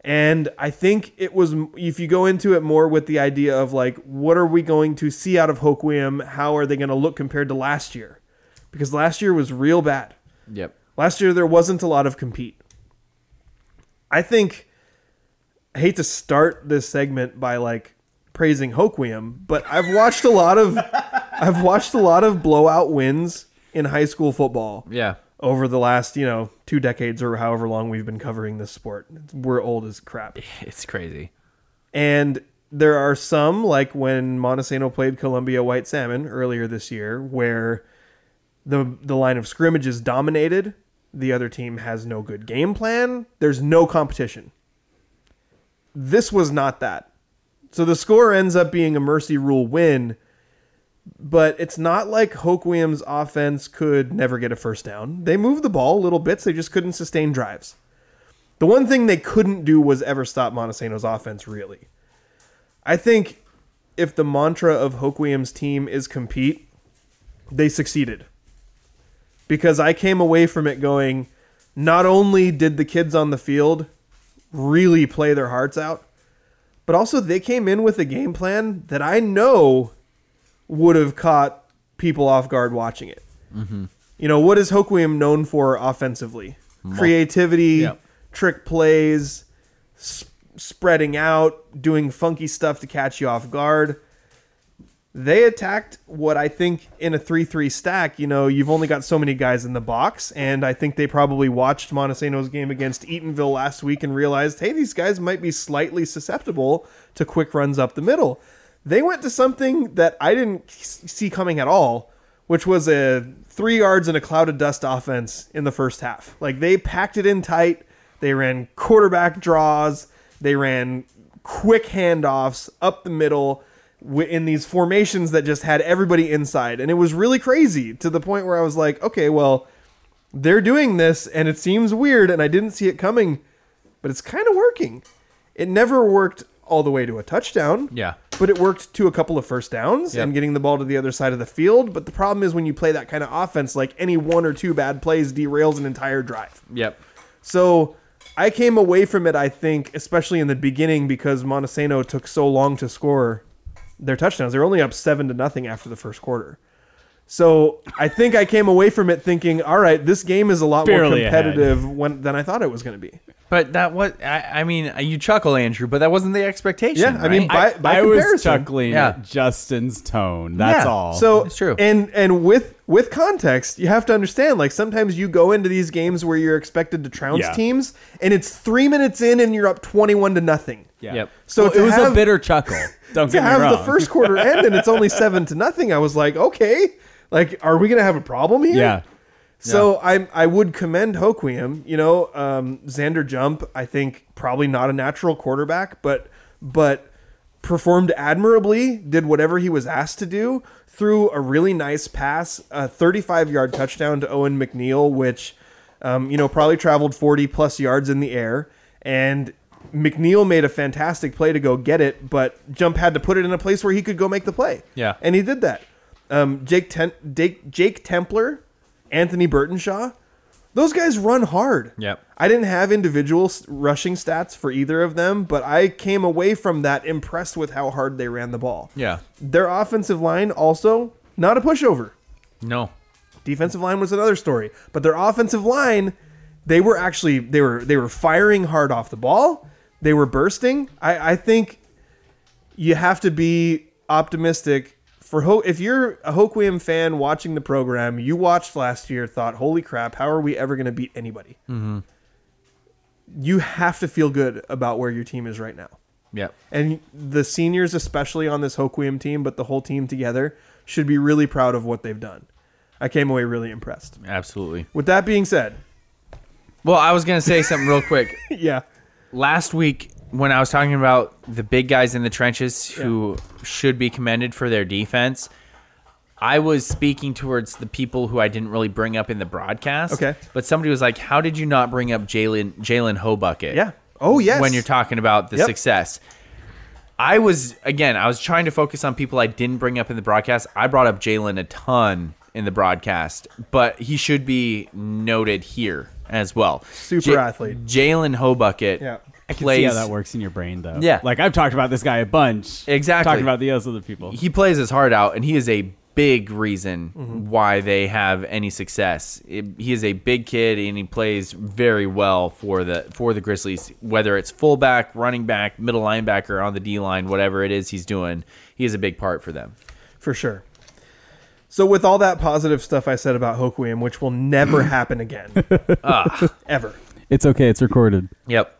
C: And I think it was, if you go into it more with the idea of like, what are we going to see out of Hoquiam? How are they going to look compared to last year? Because last year was real bad.
E: Yep.
C: Last year there wasn't a lot of compete. I think I hate to start this segment by like praising Hoquiam, but I've watched a lot of I've watched a lot of blowout wins in high school football
E: Yeah.
C: over the last, you know, two decades or however long we've been covering this sport. We're old as crap.
E: It's crazy.
C: And there are some, like when Montesano played Columbia White Salmon earlier this year, where the the line of scrimmage is dominated. The other team has no good game plan. There's no competition. This was not that. So the score ends up being a mercy rule win, but it's not like Hoquiam's offense could never get a first down. They moved the ball little bits, they just couldn't sustain drives. The one thing they couldn't do was ever stop Montesano's offense, really. I think if the mantra of Hoquiam's team is compete, they succeeded. Because I came away from it going, not only did the kids on the field really play their hearts out, but also they came in with a game plan that I know would have caught people off guard watching it. You know, what is Hoquiam known for offensively? Creativity,
E: Yep.
C: trick plays, sp- spreading out, doing funky stuff to catch you off guard. They attacked what I think in a 3 3 stack, you know, you've only got so many guys in the box. And I think they probably watched Montesano's game against Eatonville last week and realized, hey, these guys might be slightly susceptible to quick runs up the middle. They went to something that I didn't s- see coming at all, which was a three yards and a cloud of dust offense in the first half. Like they packed it in tight. They ran quarterback draws. They ran quick handoffs up the middle wi- in these formations that just had everybody inside. And it was really crazy to the point where I was like, okay, well, they're doing this and it seems weird and I didn't see it coming, but it's kind of working. It never worked all the way to a touchdown.
E: Yeah.
C: But it worked to a couple of first downs
E: Yep.
C: and getting the ball to the other side of the field. But the problem is when you play that kind of offense, like any one or two bad plays derails an entire drive.
E: Yep.
C: So I came away from it, I think, especially in the beginning because Montesano took so long to score their touchdowns. They were only up seven to nothing after the first quarter. So I think I came away from it thinking, all right, this game is a lot
D: Barely
C: more
D: ahead.
C: competitive when, than I thought it was going to be.
B: But that was, I, I mean, you chuckle, Andrew, but that wasn't the expectation.
C: Yeah, I mean,
B: right?
C: by, by
D: I
C: comparison,
D: was chuckling
B: Yeah.
D: at Justin's tone. That's
B: Yeah.
D: all.
C: So
B: It's true.
C: And and with with context, you have to understand. Like sometimes you go into these games where you're expected to trounce
D: Yeah.
C: teams, and it's three minutes in, and you're up twenty-one to nothing.
D: yeah.
B: Yep.
C: So
D: Well,
C: to
D: it was
C: have-
D: a bitter chuckle. Don't
C: To
D: get me
C: have
D: wrong.
C: the first quarter end, and it's only seven to nothing. I was like, okay, like are we gonna have a problem here?
D: yeah.
C: So I I would commend Hoquiam. You know, um, Xander Jump. I think probably not a natural quarterback, but but performed admirably. Did whatever he was asked to do. Threw a really nice pass, a 35 yard touchdown to Owen McNeil, which um, you know probably traveled 40 plus yards in the air and. McNeil made a fantastic play to go get it, but Jump had to put it in a place where he could go make the play.
B: Yeah.
C: And he did that. Um, Jake, Ten- Jake Jake Templer, Anthony Burtonshaw, those guys run hard.
B: Yep.
C: I didn't have individual s- rushing stats for either of them, but I came away from that impressed with how hard they ran the ball.
B: Yeah.
C: Their offensive line also not a pushover.
B: No.
C: Defensive line was another story, but their offensive line, they were actually they were they were firing hard off the ball. They were bursting. I, I think you have to be optimistic for Ho- if you're a Hoquiam fan watching the program. You watched last year, thought, "Holy crap! How are we ever going to beat anybody?" You have to feel good about where your team is right now
B: Yep.
C: and the seniors especially on this Hoquiam team, but the whole team together should be really proud of what they've done. I came away really impressed.
B: Absolutely.
C: With that being said,
B: Well, I was going to say something real quick.
C: yeah,
B: last week when I was talking about the big guys in the trenches who should be commended for their defense, I was speaking towards the people who I didn't really bring up in the broadcast.
C: Okay.
B: But somebody was like, How did you not bring up Jalen Jalen Hobucket?
C: yeah. Oh yes.
B: When you're talking about the
C: Yep.
B: success. I was again, I was trying to focus on people I didn't bring up in the broadcast. I brought up Jalen a ton in the broadcast, but he should be noted here as well.
C: Super athlete.
B: Jalen Hobucket
C: Yeah.
D: I can
B: plays
D: see how that works in your brain, though.
B: Yeah.
D: Like I've talked about this guy a bunch.
B: Exactly.
D: Talking about the other people.
B: he plays his heart out, and he is a big reason
C: Mm-hmm.
B: why they have any success. It- he is a big kid, and he plays very well for the for the Grizzlies. Whether it's fullback, running back, middle linebacker, on the D line, whatever it is he's doing, he is a big part for them.
C: for sure. So with all that positive stuff I said about Hoquiam, which will never happen again,
B: Ah.
C: ever.
D: It's okay. It's recorded.
B: Yep.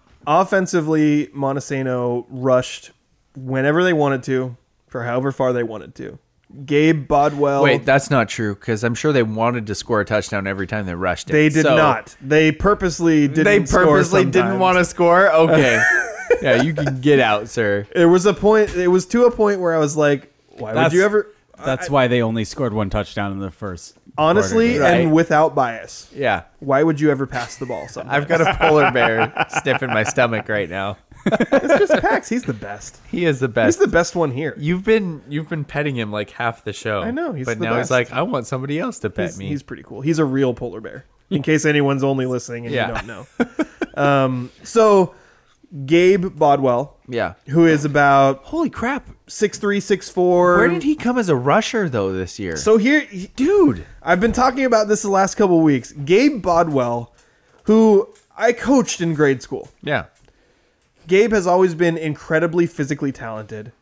C: Offensively, Montesano rushed whenever they wanted to, for however far they wanted to. Gabe Bodwell.
B: Wait, that's not true because I'm sure they wanted to score a touchdown every time they rushed it.
C: they did
B: So-
C: not. They purposely didn't.
B: They purposely
C: score
B: didn't
C: sometimes.
B: want to score. Okay. yeah, you can get out, sir.
C: It was a point. It was to a point where I was like, "Why
D: That's-
C: would you ever?"
D: That's why they only scored one touchdown in the first.
C: Honestly,
D: quarter.
B: Right.
C: and without bias,
B: Yeah.
C: why would you ever pass the ball? Sometimes
B: I've got a polar bear sniffing my stomach right now.
C: it's just Pax. He's the best.
B: He is the
C: He's
B: best.
C: the best one here.
B: you've been you've been petting him like half the show.
C: I know, he's
B: but
C: the
B: now
C: best.
B: he's like, I want somebody else to pet
C: He's,
B: me.
C: he's pretty cool. He's a real polar bear. In case anyone's only listening and
B: Yeah.
C: you don't know. um, so, Gabe Bodwell,
B: yeah.
C: who is about
B: Holy crap!
C: six three, six four.
B: Where did he come as a rusher though this year?
C: So here, dude, I've been talking about this the last couple weeks. Gabe Bodwell, who I coached in grade school.
B: yeah,
C: Gabe has always been incredibly physically talented.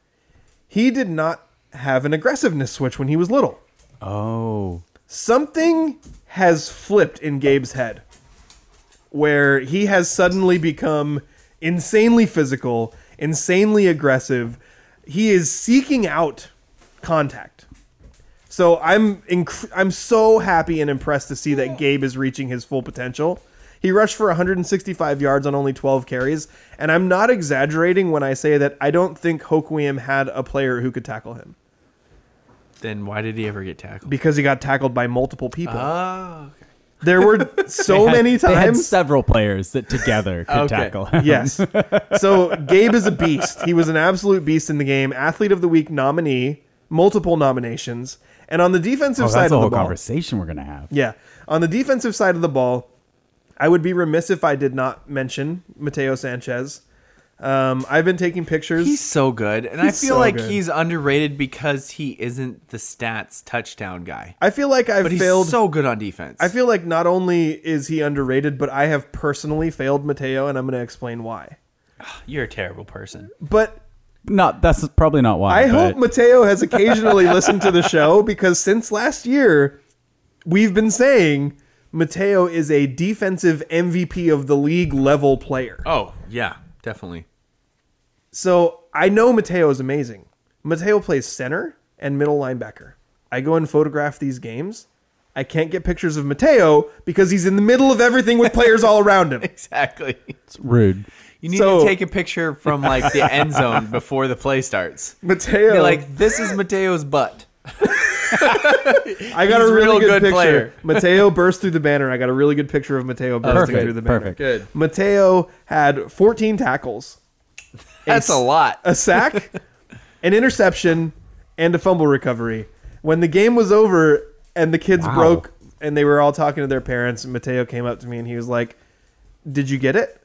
C: He did not have an aggressiveness switch when he was little.
D: Oh.
C: Something has flipped in Gabe's head where he has suddenly become insanely physical, insanely aggressive. He is seeking out contact. So I'm inc- I'm so happy and impressed to see that Gabe is reaching his full potential. He rushed for 165 yards on only 12 carries, and I'm not exaggerating when I say that I don't think Hoquiam had a player who could tackle him
B: then why did he ever get tackled?
C: because he got tackled by multiple people.
B: oh,
C: There were so many
D: They had
C: times.
D: several players that together could
B: Okay.
D: tackle.
C: yes. So Gabe is a beast. He was an absolute beast in the game. Athlete of the week nominee, multiple nominations, and on the defensive
D: Oh,
C: side
D: that's a
C: of the
D: whole
C: ball.
D: conversation we're gonna have.
C: Yeah, on the defensive side of the ball, I would be remiss if I did not mention Mateo Sanchez. Um, I've been taking pictures.
E: He's so good, and I
C: He's
E: feel
C: so
E: like
C: good.
E: he's underrated because he isn't the stats touchdown guy.
C: I feel like I've
E: But he's
C: failed.
E: so good on defense.
C: I feel like not only is he underrated, but I have personally failed Mateo, and I'm going to explain why.
E: you're a terrible person.
C: But
D: Not that's probably not
C: I
D: why. but-
C: hope Mateo has occasionally listened to the show because since last year, we've been saying Mateo is a defensive MVP of the league level player.
E: Oh yeah, definitely.
C: So I know Mateo is amazing. Mateo plays center and middle linebacker. I go and photograph these games. I can't get pictures of Mateo because he's in the middle of everything with players all around him.
E: Exactly.
D: it's rude.
E: You need
C: So-
E: to take a picture from like the end zone before the play starts.
C: Mateo,
E: Be like, this is Mateo's butt.
C: I got
E: he's
C: a
E: a
C: really
E: real
C: good,
E: good
C: picture.
E: player.
C: Mateo burst through the banner. I got a really good picture of Mateo bursting
D: Perfect,
C: through the banner.
D: perfect.
E: Good.
C: Mateo had 14 tackles,
E: That's a lot.
C: a sack, an interception, and a fumble recovery. When the game was over and the kids
D: Wow.
C: broke and they were all talking to their parents, Mateo came up to me and he was like, Did you get it?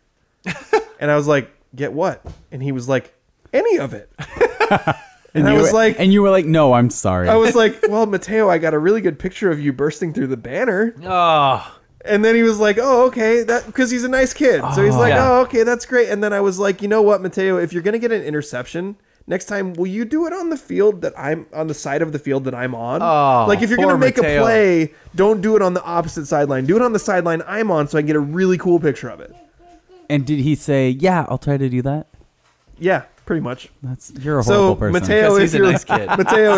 C: and I was like, Get what? And he was like, Any of it. and I
D: You
C: was
D: were-
C: like,
D: and you were like, no, I'm sorry.
C: I was like, Well, Mateo, I got a really good picture of you bursting through the banner.
E: Oh,
C: And then he was like, "Oh, okay, that because he's a nice kid." So he's like,
E: Yeah.
C: "Oh, okay, that's great." And then I was like, "You know what, Mateo? If you're gonna get an interception next time, will you do it on the field that I'm on the side of the field that I'm on?
E: Oh,
C: like if you're
E: poor
C: gonna make
E: Mateo.
C: a play, don't do it on the opposite sideline. Do it on the sideline I'm on, so I can get a really cool picture of it."
D: and did he say, yeah, I'll try to do that?
C: Yeah, pretty much.
D: That's you're a
C: So
D: horrible person.
C: Mateo,
E: Because
C: if
E: he's a
C: you're
E: nice kid.
C: Mateo,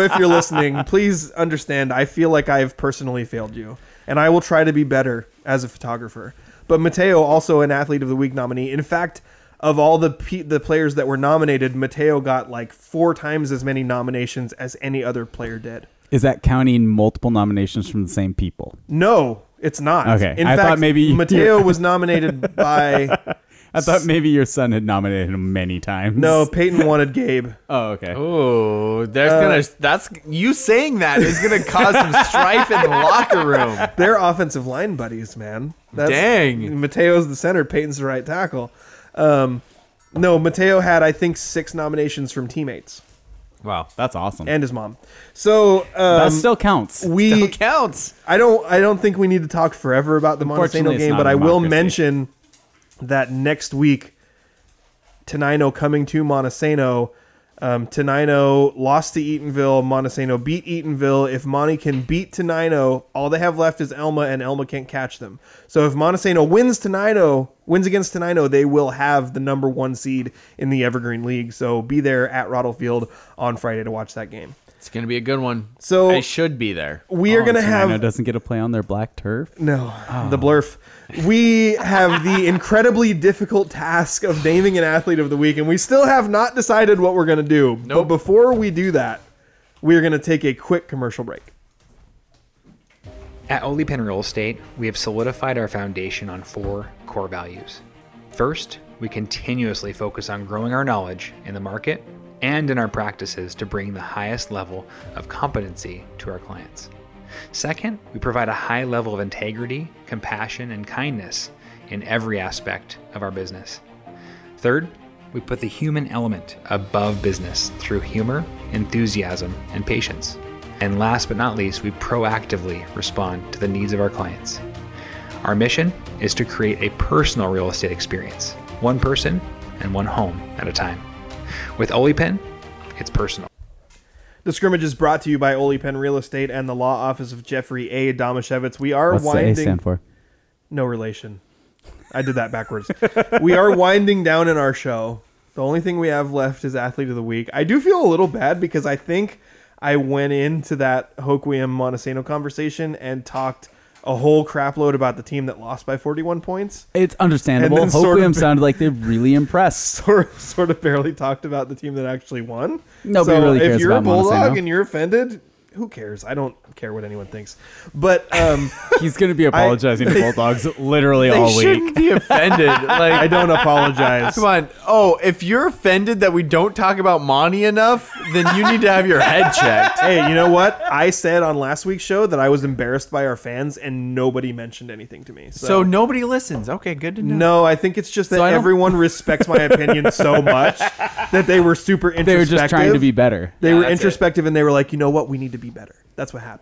C: if you're listening, please understand. I feel like I have personally failed you, and I will try to be better as a photographer. But Mateo, also an athlete of the week nominee. In fact, of all the pe the players that were nominated, Mateo got like four times as many nominations as any other player did.
D: Is that counting multiple nominations from the same people?
C: No, it's not.
D: Okay,
C: In
D: I
C: fact,
D: thought maybe you-
C: Mateo was nominated by
D: I thought maybe your son had nominated him many times.
C: no. Peyton wanted Gabe.
D: Oh, okay.
C: Um,
E: oh, there's
B: Uh,
E: gonna that's you saying that is gonna cause some strife in the locker room.
C: They're offensive line buddies, man. That's,
E: Dang.
C: Mateo's the center, Peyton's the right tackle. Um, no, Mateo had I think six nominations from teammates
E: Wow,
D: That's awesome.
C: and his mom. So
D: that
C: um,
D: still counts.
C: we
E: that counts.
C: I don't I don't think we need to talk forever about the Montesano
D: Unfortunately, it's
C: game,
D: not
C: but
D: a
C: I will
D: democracy.
C: mention that next week, Tenino coming to Montesano. Um, Tenino lost to Eatonville. Montesano beat Eatonville. If Monty can beat Tenino, all they have left is Elma, and Elma can't catch them. So if Montesano wins Tenino, wins against Tenino, they will have the number one seed in the Evergreen League. So be there at Rottlefield on Friday to watch that game.
E: It's gonna be a good one.
C: So-
E: I should be there.
C: We are
D: Oh,
C: going to have
D: Tenino doesn't get to play on their black turf.
C: No,
D: Oh.
C: the blurf. We have the incredibly difficult task of naming an athlete of the week, and we still have not decided what we're going to do. But
E: Nope.
C: before we do that, we are going to take a quick commercial break.
F: At Ole Penn State, we have solidified our foundation on four core values. First, we continuously focus on growing our knowledge in the market and in our practices to bring the highest level of competency to our clients. Second, we provide a high level of integrity, compassion, and kindness in every aspect of our business. Third, we put the human element above business through humor, enthusiasm, and patience. And last but not least, we proactively respond to the needs of our clients. Our mission is to create a personal real estate experience, one person and one home at a time. With Olipin, it's personal.
C: The scrimmage is brought to you by Ole Penn Real Estate and the law office of Jeffrey A. Domashevitz. We are
D: What's the A
C: winding.
D: stand for?
C: No relation. I did that backwards. we are winding down in our show. The only thing we have left is athlete of the week. I do feel a little bad because I think I went into that Hoquiam Montesano conversation and talked a whole crapload about the team that lost by 41 points.
D: It's understandable.
C: And
D: Hopium
C: then sort of-
D: sounded like they're really impressed.
C: Sort of, sort of barely talked about the team that actually won.
D: Nobody
C: so
D: really
C: if
D: cares
C: you're
D: about
C: a Bulldog
D: Montesano.
C: and you're offended, who cares? I don't care what anyone thinks. But um,
D: He's going to be apologizing to Bulldogs literally all week.
B: shouldn't be offended. Like
C: I don't apologize.
B: Come on. Oh, if you're offended that we don't talk about Monty enough, then you need to have your head checked.
C: Hey, you know what? I said on last week's show that I was embarrassed by our fans, and nobody mentioned anything to me. So,
B: So nobody listens. Okay, good to know.
C: no, I think it's just that
D: So I don't-
C: everyone respects my opinion so much that they were super introspective.
D: They were just trying to be better.
C: They were introspective, and they were like, you know what? We need to be better. That's what happened.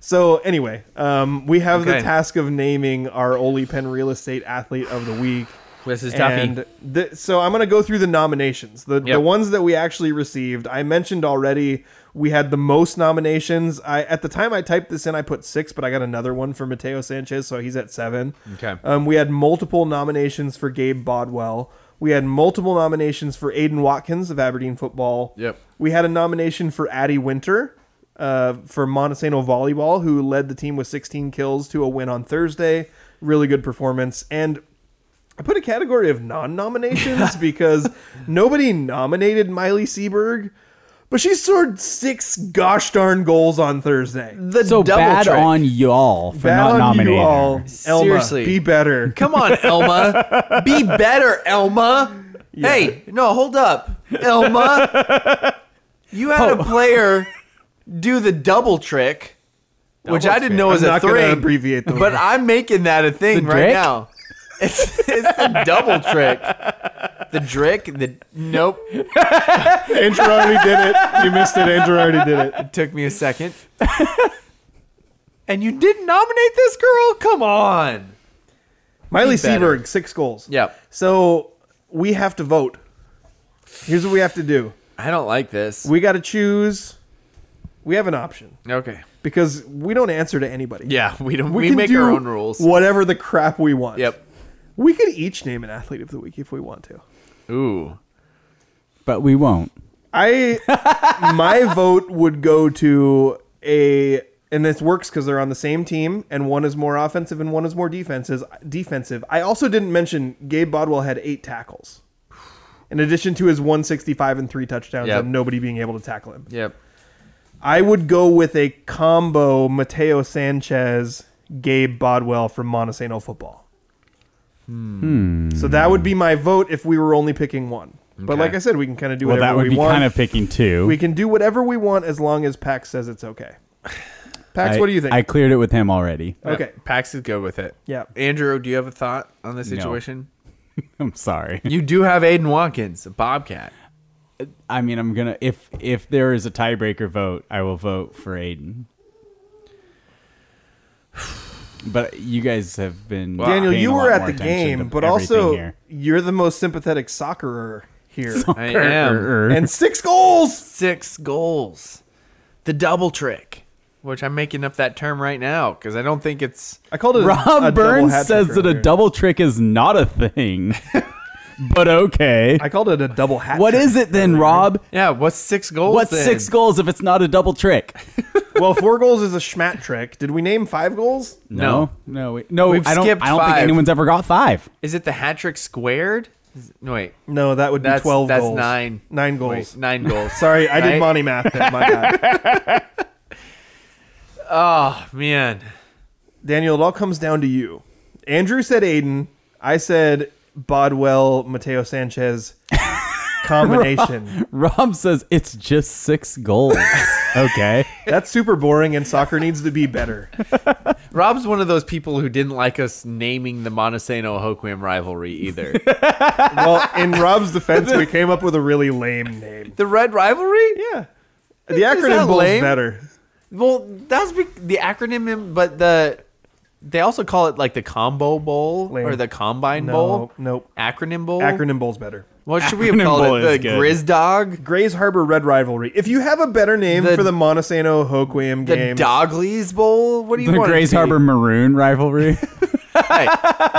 C: So anyway, um, we have the
E: Okay.
C: task of naming our Ole Penn Real Estate Athlete of the Week.
E: This is Duffy.
C: And the, so I'm going to go through the nominations. The, the
E: Yep.
C: ones that we actually received, I mentioned already, we had the most nominations. I At the time I typed this in, I put six, but I got another one for Mateo Sanchez, so he's at seven.
E: Okay.
C: Um, we had multiple nominations for Gabe Bodwell. We had multiple nominations for Aiden Watkins of Aberdeen football.
E: Yep.
C: We had a nomination for Addie Winter uh, for Montesano Volleyball, who led the team with 16 kills to a win on Thursday. Really good performance. And I put a category of non nominations because nobody nominated Miley Seberg, but she scored six gosh darn goals on Thursday.
B: The
D: So
B: double
D: bad
B: trick.
D: on y'all for
C: Bad
D: not
C: on
D: nominating.
C: you all.
D: her.
C: Elma,
E: Seriously.
C: be better.
B: Come on, Elma. Be better, Elma. Hey, no, hold up. Elma. You had
E: Oh.
B: a player do the double trick, which I didn't know was
C: I'm
B: a
C: not
B: thing.
C: gonna abbreviate the
B: but
C: word.
B: I'm making that a thing
D: The
B: right
D: drick?
B: now. It's, it's the double trick. The trick, the nope.
C: Andrew already did it. You missed it. Andrew already did it.
B: It took me a second. and you didn't nominate this girl? Come on.
C: Miley
B: better.
C: Seberg, six goals.
E: Yep.
C: So we have to vote. Here's what we have to do.
E: I don't like this.
C: We got to choose. We have an option
E: Okay.
C: because we don't answer to anybody.
E: Yeah, we don't. We,
C: can
E: make
C: do
E: our own rules.
C: Whatever the crap we want.
E: Yep.
C: We could each name an athlete of the week if we want to.
E: Ooh.
D: But we won't.
C: I my vote would go to a and this works because they're on the same team and one is more offensive and one is more defensive. Defensive. I also didn't mention Gabe Bodwell had eight tackles. In addition to his 165 and three touchdowns
E: Yep.
C: and nobody being able to tackle him.
E: Yep.
C: I would go with a combo Mateo Sanchez, Gabe Bodwell from Montesano football.
D: Hmm.
C: So that would be my vote if we were only picking one. But
E: Okay.
C: like I said, we can kind of do
D: Well,
C: whatever
D: that would
C: we
D: be
C: want.
D: kind of picking two.
C: We can do whatever we want as long as Pax says it's okay. Pax,
D: I-
C: what do you think?
D: I cleared it with him already.
C: okay.
E: Pax is good with it.
C: Yeah.
E: Andrew, do you have a thought on this situation?
D: I'm sorry.
E: You do have Aiden Watkins, a Bobcat.
D: I mean, I'm gonna if if there is a tiebreaker vote, I will vote for Aiden. But you guys have been
C: Daniel,
D: uh, paying
C: you
D: a
C: were
D: lot
C: at
D: more
C: the
D: attention to
C: game, but
D: everything
C: also
D: here.
C: you're the most sympathetic soccerer here.
E: I am
D: Er,
C: and six goals.
E: six goals, the double trick, which I'm making up that term right now because I don't think it's.
C: I called it a- a
D: Rob
C: double
D: Burns
C: hat
D: says
C: trick
D: that a
C: earlier.
D: double trick is not a thing, but okay.
C: I called it a double hat.
D: What
C: trick.
D: is it then, Rob?
E: Yeah, what's six goals?
D: What's
E: then?
D: six goals if it's not a double trick?
C: well, four goals is a schmat trick. Did we name five goals?
E: No.
D: no, no. we- no
E: We've
D: I don't.
E: skipped
D: I don't think
E: five.
D: anyone's ever got five.
E: Is it the hat trick squared? Is- No, wait.
C: No, that would be
E: That's
C: Mm, twelve.
E: That's
C: goals.
E: nine.
C: Nine
E: Wait,
C: goals.
E: nine goals.
C: Sorry, I did
E: Right?
C: Monty math. There. My bad.
E: Oh man.
C: Daniel, it all comes down to you. Andrew said Aiden. I said Bodwell, Mateo Sanchez combination.
D: Rob says it's just six goals. okay.
C: That's super boring, and soccer needs to be better.
E: Rob's one of those people who didn't like us naming the Montesano Hoquim rivalry either.
C: Well, in Rob's defense, we came up with a really lame name.
E: the Red Rivalry?
C: Yeah. The acronym
E: that
C: Bull's
E: lame?
C: better.
E: Well, that's be- the acronym, but the they also call it like the Combo Bowl
C: Lame.
E: or the Combine
C: No,
E: Bowl.
C: nope.
E: Acronym Bowl.
C: Acronym Bull's better.
E: What should we have
D: Acronym
E: called
D: Bowl
E: it? The
D: is good.
E: Grizz Dog.
C: Grays Harbor Red Rivalry. If you have a better name
E: The-
C: for the Montesano Hoquiam
E: The
C: game,
E: Doglies Bowl. What do you
D: The
E: want? it
D: Grays
E: to be?
D: Harbor Maroon rivalry.
E: Hey,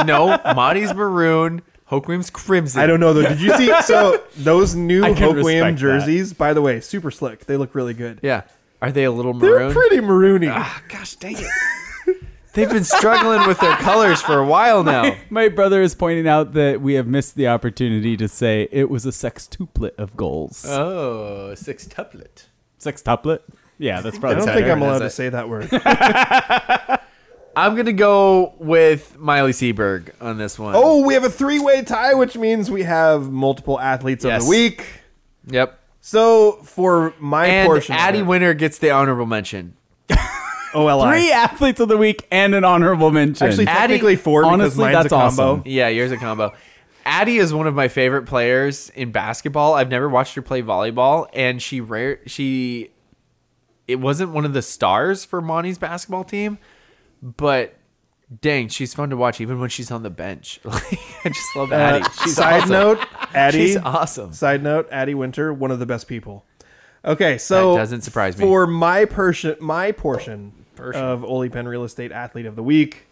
E: no, Monty's maroon. Hoquim's crimson.
C: I don't know though. Did you see? So those new
D: I can
C: Hoquiam
D: respect
C: jerseys, by the way, super slick. They look really good.
E: Yeah. Are they a little
C: They're
E: maroon?
C: pretty maroony.
E: Ah, gosh dang it. They've been struggling with their colors for a while now.
D: My brother is pointing out that we have missed the opportunity to say it was a sextuplet of goals.
E: Oh, sextuplet.
D: Uh, sextuplet? Yeah, that's
C: I
D: probably.
C: don't
B: That's
C: think
B: how
C: I'm allowed
B: it
C: to
B: is.
C: say that word.
B: I'm gonna go with Miley Seberg on this one.
C: oh, we have a three-way tie, which means we have multiple athletes of
B: Yes.
C: the week.
B: yep.
C: So for my
B: And
C: portion, of
B: Addie
C: it-
B: Winter gets the honorable mention.
C: OLI.
D: Three athletes of the week and an honorable mention.
C: Actually,
B: Addie-
C: technically four
D: honestly,
C: because mine's
D: that's
C: a combo.
D: awesome.
B: Yeah, yours a combo. Addie is one of my favorite players in basketball. I've never watched her play volleyball, and she rare she it wasn't one of the stars for Monty's basketball team, but dang, she's fun to watch even when she's on the bench. Like, I just love Addie.
C: Uh,
B: She's
C: side
B: awesome.
C: note, Addie.
B: She's awesome.
C: Side note, Addie Winter, one of the best people. Okay, so
B: That doesn't surprise me.
C: For my portion, my portion, of Oli Penn Real Estate Athlete of the Week,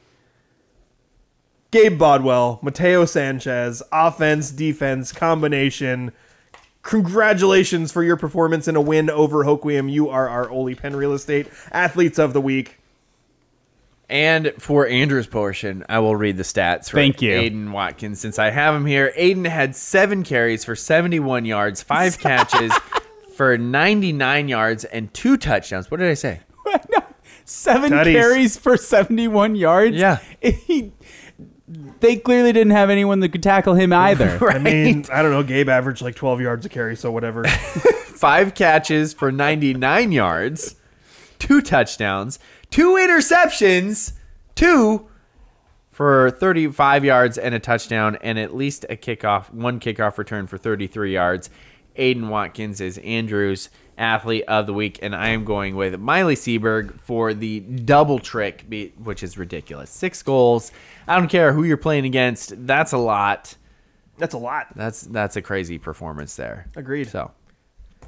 C: Gabe Bodwell, Mateo Sanchez, offense, defense, combination. Congratulations for your performance in a win over Hoquiam. You are our Oli Penn Real Estate Athletes of the Week.
B: And for Andrew's portion, I will read the stats for
D: Thank you.
B: Aiden Watkins since I have him here. Aiden had seven carries for 71 yards, five catches for 99 yards, and two touchdowns. What did I say?
D: seven
C: Tutties.
D: carries for 71 yards.
B: Yeah.
D: He, they clearly didn't have anyone that could tackle him either.
C: I mean, I don't know. Gabe averaged like 12 yards a carry, so whatever.
B: Five catches for 99 yards, two touchdowns, two interceptions, two for 35 yards and a touchdown, and at least a kickoff, one kickoff return for 33 yards. Aiden Watkins is Andrew's athlete of the week, and I am going with Miley Seberg for the double trick, be- which is ridiculous. Six goals. I don't care who you're playing against. That's a lot.
C: That's a lot.
B: That's that's a crazy performance there.
C: Agreed.
B: So,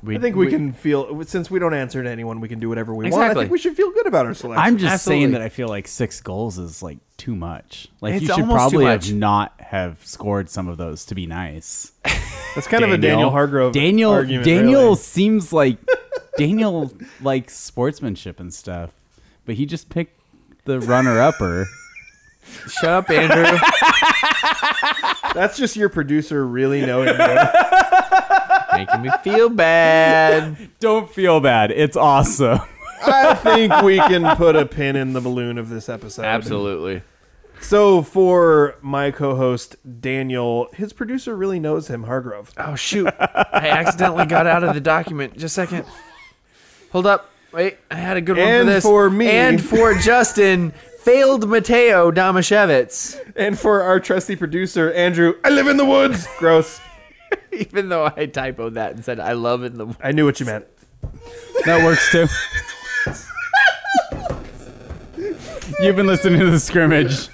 B: we,
C: I think we, can feel since we don't answer to anyone, we can do whatever we want. I
B: Exactly.
C: think we should feel good about our selection.
D: I'm just saying
B: Absolutely.
D: that I feel like six goals is like too much. Like
B: It's
D: you should
B: almost too
D: probably
B: much.
D: have not have scored some of those to be nice.
C: That's kind of a Daniel Hargrove.
D: Daniel
C: argument,
D: Daniel
C: really.
D: seems like Daniel like sportsmanship and stuff, but he just picked the runner upper.
B: shut up, Andrew.
C: That's just your producer really knowing you.
B: Making me feel bad.
D: Don't feel bad. It's awesome.
C: I think we can put a pin in the balloon of this episode.
B: Absolutely.
C: So for my co-host Daniel, his producer really knows him, Hargrove.
B: Oh shoot! I accidentally got out of the document. Just a second. Hold up. Wait, I had a good one
C: And
B: for this.
C: for me.
B: and for Justin, failed Mateo Damashevitz.
C: And for our trusty producer Andrew, I live in the woods. Gross.
B: Even though I typoed that and said I love in the
C: I knew what you meant.
D: That works too. You've been listening to the scrimmage.